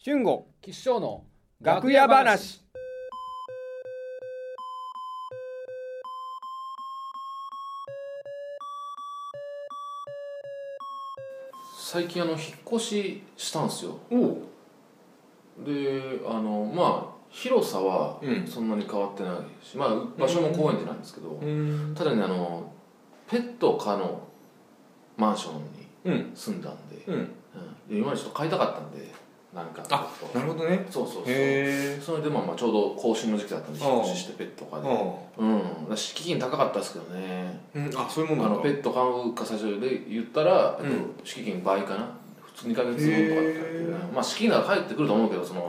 俊吾吉祥の楽屋話最近あの引っ越ししたんですよおうであのまあ広さはうんそんなに変わってないし、まあ場所も公園でなんですけど、うんただねあのペット可のマンショうンに住んだんで,、うんうんで今までちょっと買いたかったんでなんかあちょっとなるほどねそうそうそうへえそれでまあまあちょうど更新の時期だったんであ引あっ越ししてペット可でうんだし敷金高かったですけどねうんあそういうあもんなのんペだット買うか最初で言ったら、えっとうん敷金倍かな普通2ヶ月分とかだったんだけどねへまあ敷金が返ってくると思うけどその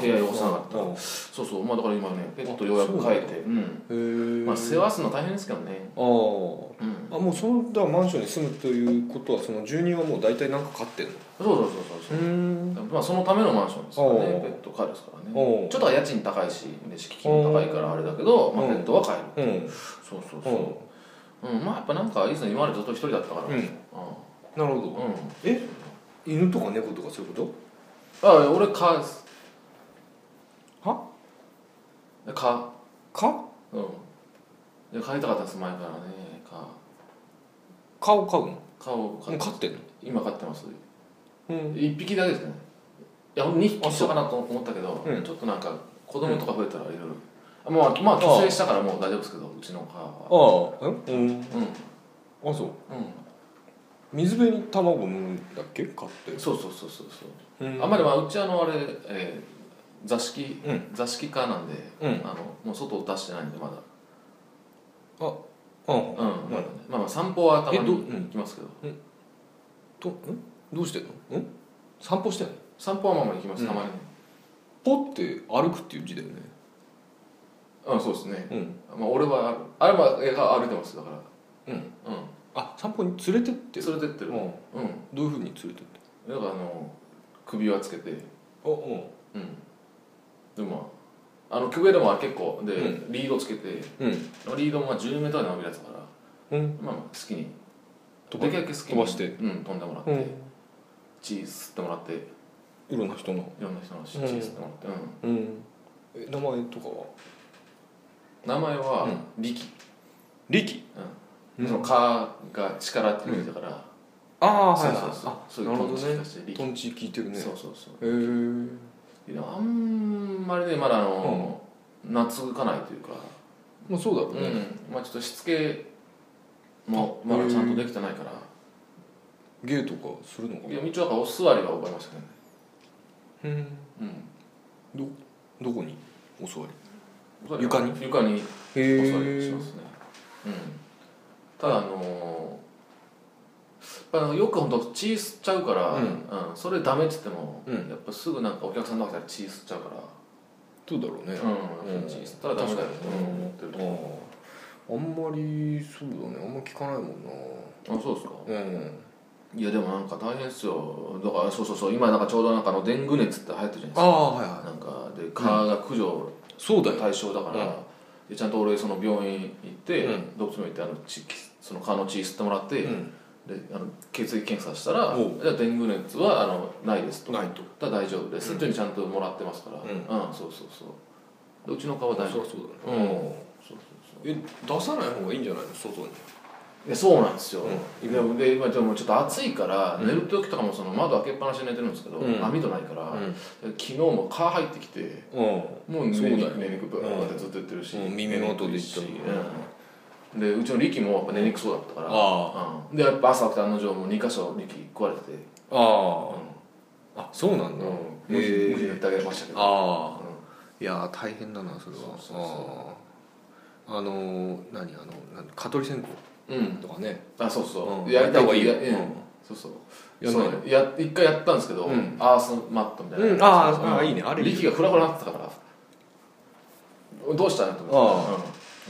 部屋汚さなかったうんへそうそうまあだから今ねペットようやく変えてうんえまあ世話すの大変ですけどねあーうんあもうそのだからマンションに住むということはその住人はもう大体何か飼ってんのそうそうそうそううんそうまあそのためのマンションですからねおうペット飼えるですからおうねちょっとは家賃高いしで敷金も高いからあれだけどまあおうペットは飼えるうんそうそうそううんまあやっぱなんかいいですね今までずっと一人だったからうんうんなるほどうん犬とか猫とかそういうこあ俺かはかとかうんいや飼いたかったです前からねか顔飼うの顔飼もうっ飼ってんの今飼ってますうん一匹だけですねいや2匹一緒かなと思ったけど、うんちょっとなんか子供とか増えたらいろいろまあまあ帰省したからもう大丈夫ですけどうちの母はああえうんうんあそうう水辺に卵産むんだっけ飼ってんそうそうそうそうそううあんまりまあうちあのあれ、えー座敷、う座敷家なんで、うんあのもう外を出してないんでまだあうん、まだねまあまあ散歩はたまえにどう行んきますけど、とんどうしてんのん散歩してんの散歩はまあまあ行きますうんたまに、ポって歩くっていう字だよねうん、そうですねうんまあ俺はあれは映画歩いてますだからうんうんあ散歩に連れてって連るれてってるうんうんどういうふうに連れてってるだからあの首輪つけてあうんうんでもまああのクベルマは結構で、うリードつけてうんリードもまあ 10m で伸びるやつだから、うんまあまあ好きに飛ばできるだけ好きに飛ばしてうん、飛んでもらって、うんチーズ吸ってもらっていいろんな人のろんな人のチうんーズ吸ってもらって、うんうんえ名前とかは名前は力、力うんその「か」が力っていう字だから、ああそはいうそうそう、そういうトンチキだしね力、トンチ効いてるねへそうそうそうえうんでもあんまりねまだあの、懐かないというかまあそうだろう、うんねまあちょっとしつけもまだちゃんとできてないから、芸とかするのかいや道はお座りは覚えましたねうんうんどこにお座りお座りは床に床にへお座りしえますねうんただあのーやっぱよくほんと血吸っちゃうから、ううんんそれダメって言っても、うんやっぱすぐなんかお客さんの中で血吸っちゃうからそうだろうねうん、血吸ったらダメだよって思ってるとあんまりそうだねあんま聞かないもんなあそうですかうんいやでもなんか大変っすよだからそうそうそう今なんかちょうどなんかあのデング熱って流行ってるじゃないですあかあはいはなんかで蚊が駆除いそうだよ対象だから、うんでちゃんと俺その病院行って、う動物病院行ってあの血その蚊の血吸ってもらって、うんであの血液検査したらお「じゃあデング熱はあのないです」と「だないかとら大丈夫です」っていうふうにちゃんともらってますから、ううんそうそうそうでうちの蚊は大丈そ夫うそううだねんそうそうそうえ出さない方がいいんじゃないの外にいやそうなんですよ、うんでもで今でもちょっと暑いからうん寝る時とかもその窓開けっぱなしで寝てるんですけど、うん網戸ないから、で昨日も蚊入ってきてうもうそう寝だによく寝にくブーってずっと言ってるし、うん耳元で言ったり寝にくいしうんでうちの力もやっぱ寝にくそうだったからあうんでやっぱ朝起きた案の定もう2箇所力食われててあああそうなんだうん無へ事え無事塗ってあげましたけどああういんやー大変だなそれはそうそうそあーあのー何あのなん蚊取り線香うんとかねあそうそう、うんやりやたいった方がいいよやうんうんそうそうやんないそうねや一回やったんですけど、うんアースマットみたいな、うんあーあーいいねあれいい力がフラフラになってたからどうしたのとあ思って、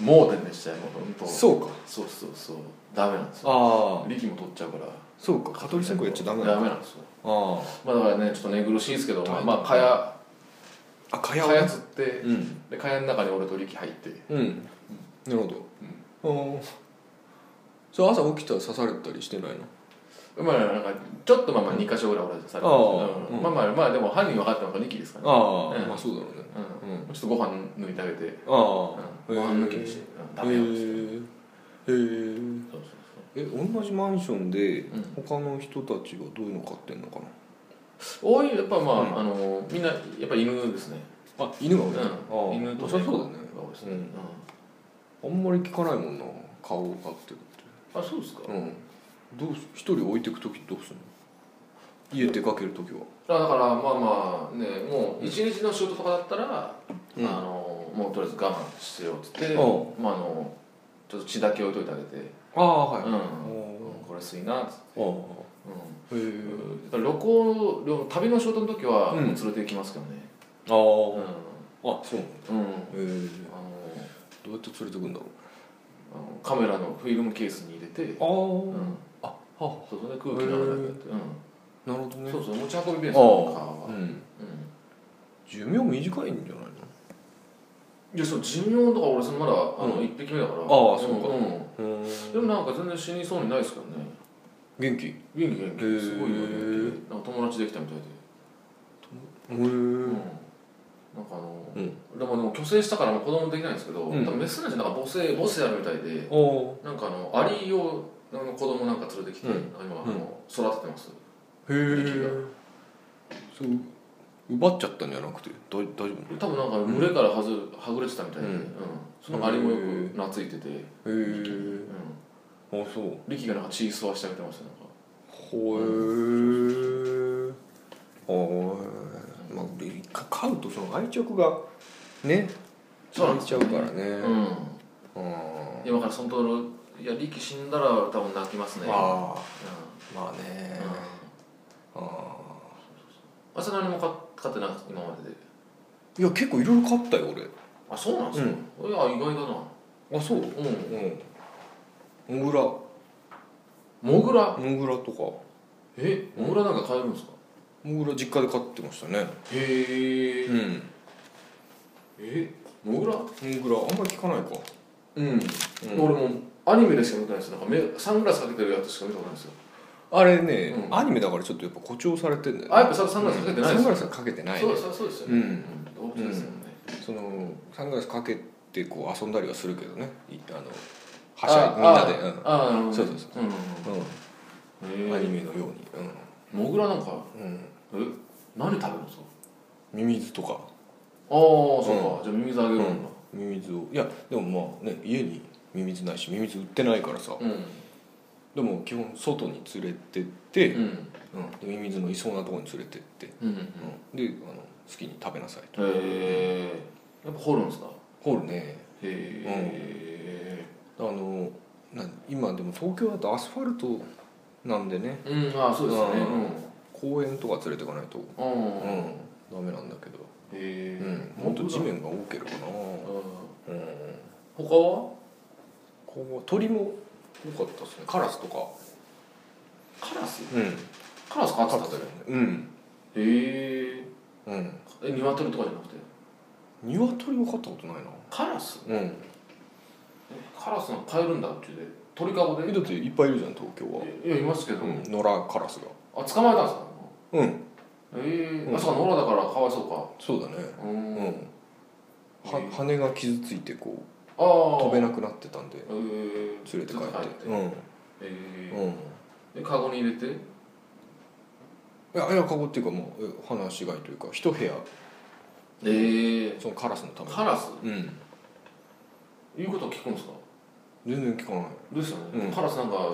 うん、盲点でしたよもう本当そそううかそうそうそうダメなんですよああ力も取っちゃうからそうか蚊取り線香やっちゃダメだダあメなんですよあまあだからねちょっと寝苦しいですけどま大あ変まあかやあ蚊か帳やつってうんでかやの中に俺と力入ってうんなるほどああそれ朝起きたら刺されたりしてないのまあなんかちょっとまあまあ2箇所ぐらい俺はされてあまあす、うんうんまあまあまあでも犯人分かったのが2期ですからねああ、うんまあそうだろうねうんちょっとご飯抜いてあげて、ああうへん、えご飯抜きにして、うん、ダメへよえへそうそうええ同じマンションでうん他の人たちはどういうの飼ってんのかなそう多いやっぱまあ、うんあのみんなやっぱ犬ですね、あ犬が多いねうん、犬とああそりゃそうだがね多いですね、うんうんあんまり聞かないもんな顔を飼ってるあそうですっかてうんどうす一人置いてく時どうすんの家出かける時はあだからまあまあねもう一日の仕事とかだったら、うんあのもうとりあえず我慢してよっつって、うまああのちょっと血だけ置いといてあげて、ああはいうん、おこれ吸いなっつって、ああうへえん、だから旅行旅旅の仕事の時は、うんもう連れて行きますけどねあうんああそううん、へえあのどうやって連れてくんだろあのカメラのフィルムケースに入れて、ううあん、ああはそうそれで空気流れてって、あなるほどうん、ねそうそう持ち運び便利ですよカーああは、うんうん寿命短いんじゃないのいやそう寿命とか俺そのまだあのうん1匹目だから、ああんそうかんうんでもなんか全然死にそうにないですけどね元気へ元気元へ気えすごいよ元気なんか友達できたみたいでえうんうなんかあの、うんでもでも去勢したからもう子供できないんですけど、うん多分メスなんじゃなんか母性母性あるみたいでおなんかあのアリをあの子供なんか連れてきて、うんあの今あの育ててますへえそう奪っちゃったんじゃなくて大大丈夫多分なんか群れからはず、はぐれてたみたいで、うんうんそのアリもよくへえ懐いてて、へえうん、あそう力がなんか血吸わしてあげてましたなんかほえおーまあで一回飼うとその愛着がねそうな湧んいですちゃようねからねうんうん今からそのところいや力死んだら多分泣きますねああうまあんねうんああそれ何もか買ってなかった今まででーいや結構いろいろ飼ったよあそうなんですか、いや意外だな俺あそううんうんモグラモモグラグラとかえモグラなんか買えるんですかモグラ実家で飼ってましたねへえうんえモグラモグラあんまり聞かないかうん、俺もアニメでしか見てないですなんか目サングラスかけてるやつしか見たことないですよあれね、うんアニメだからちょっとやっぱ誇張されてんだよねあやっぱそれサングラスかけてないうんサンですよ、グラスはかけてないそねうそうそうですよねうん動物ですよね、そのサングラスかけてこう遊んだりはするけどねいあのあはしゃいみんなであああなるほどそうそうそううんん、うんアへニメのように、えモグラなんかうんうん、え何食べるんですかミミズとかああそうか、じゃあミミズあげるんだミミズをいやでもまあね家にミミズないしミミズ売ってないからさうん、でも基本外に連れてって、うんうんでミミズのいそうなところに連れてって、うんうん、うへん、であの好きに食べなさいえやっぱ掘るんですかへホールねえあのな今でも東京だとアスファルトなんでねうん、ああそうですよね公園とか連れてかないと、うん、ううんへん、ダメなんだけど、えうん、もっと地面が多ければな、うんうん、他はこう鳥も多かったですねカラスとか、カラスうん、カラス飼ってたんですだよねうん、へえうん、え鶏とかじゃなくて鶏は飼ったことないなカラスうんえカラスなんか飼えるんだうちで鳥かごでえだっていっぱいいるじゃん東京は、いやいますけど、うん、野良カラスがあ捕まえたんですかうんええうんあそうか野良だからかわいそうかそうだねううんんは羽が傷ついてこうああ飛べなくなってたんでえー連れて帰ってえうんうんー、でカゴに入れていやいやかごっていうかもうえ放し飼いというか一部屋えそのカラスのたー、めカラスにうん言うこと聞くんですか全然聞かないですよね、うんカラスなんか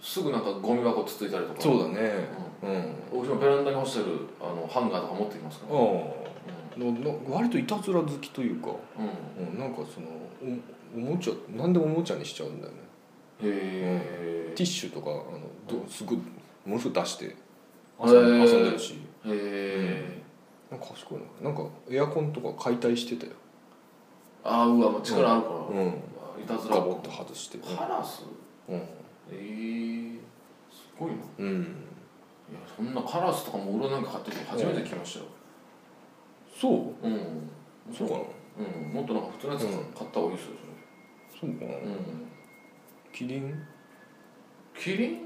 すぐなんかゴミ箱つついたりとかそうだだねうんうちもベランダに干してるあのハンガーとか持ってきますかあらのの割といたずら好きというか、うんへうん、なんかそのおおもちゃ何でもおもちゃにしちゃうんだよねえティッシュとかあのどすごいものすごい出してへ遊んー遊んでるしへえなんか賢いななんかエアコンとか解体してたよ、ああうわもう力あるから、うん、あいたずらガボって外してカラスうん、ええー、すごいないうん、やそんなカラスとかモグラなんか飼ってる人初めて聞きましたよそううんそうかなうん、もっとなんか普通のやつ買った方がいいですよ、そうかなそれうん、キリンキリン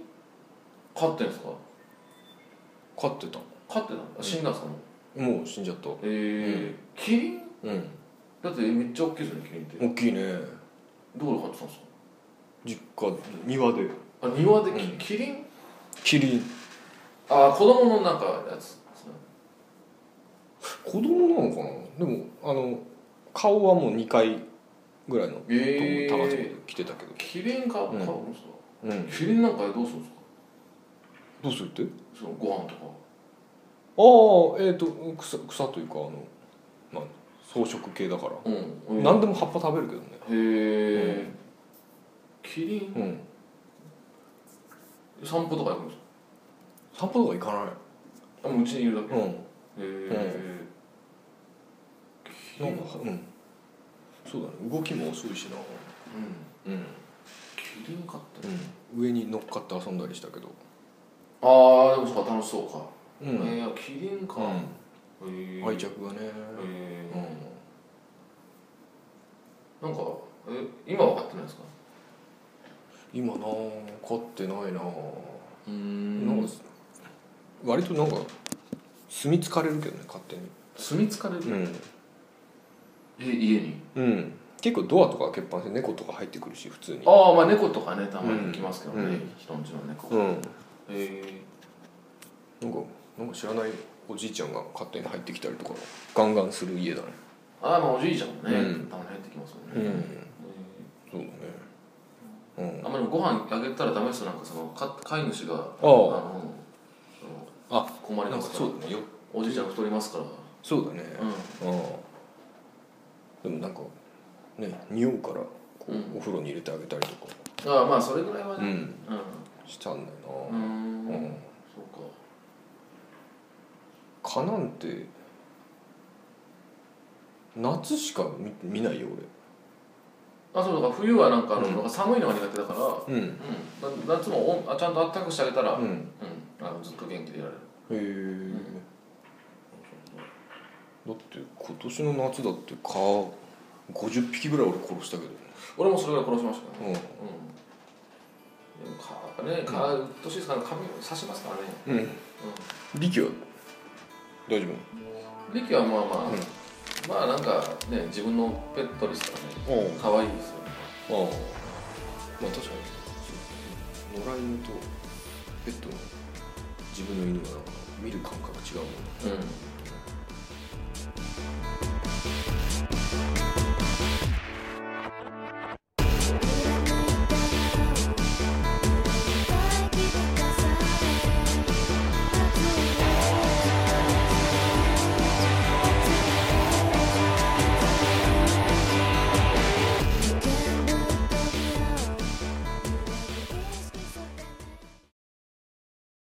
飼ってんすか飼ってた飼ってた死んだんすかもうもう死んじゃったええキリンうんだってめっちゃ大きいですよねキリンって大きいねどこで飼ってたんですか実家庭であ庭でキ,、うんキリンキリンあ子供のなんかやつですね子供なのかなでもあの顔はもう2回ぐらいのえー高さまで来てたけどキリンか飼うんんですか、うんキリンなんかどうするんですかどうするってそのご飯とかああえっ、と草草というかあのまあ草食系だから、うん、うん、へ何でも葉っぱ食べるけどねえ、キリンうん散歩とか行くんです散歩とか行かかあもううちにいるだけないうんへえ、キリなんンかうんそうだね動きも遅いしなうんうん、キリン飼ってうん、上に乗っかって遊んだりしたけどああでもそうか楽しそうか、うん、えー、キリンか、へうえん、愛着がね、えうん、ー、なんかえ今は飼ってないですか今な飼ってないなうーなんか割となんか住み着かれるけどね勝手に住み着かれるうん、え家にうん、結構ドアとか開けっぱなしで猫とか入ってくるし普通にああまあ猫とかねたまに来ますけどね、うんう人んちの猫うんえなんかなんか知らないおじいちゃんが勝手に入ってきたりとかガンガンする家だねー、ああまあおじいちゃんもね、うんたまに入ってきますよね、うえんそうだねうんーあんまりご飯あげたらダメですよなんかそのか飼い主があああのあ困りなんまかすからそうだねよおじいちゃん太りますから、そうだねうんうんでもなんかね匂うからこううお風呂に入れてあげたりとかああまあそれぐらいはうんねうんしたんだようなーんうんそうか蚊なんて夏しか見見ないよあそうだから冬はなんかあの、うんなんか寒いのが苦手だから、俺うんうん、な夏もおんあちゃんと暖かくしてあげたら、ううんんあのずっと元気でいられるへえだって今年の夏だって蚊50匹ぐらい俺殺したけど俺もそれぐらい殺しましたねうんうん。でもかね、か、うっとうしいですから、髪刺しますからね。うん力は大丈リキはまあまあ、うんまあなんかね、自分のペットですからね、夫うん可愛いですよね。ああまあ確かに野良犬とペットの自分の犬はなんか見る感覚違うもんねうん。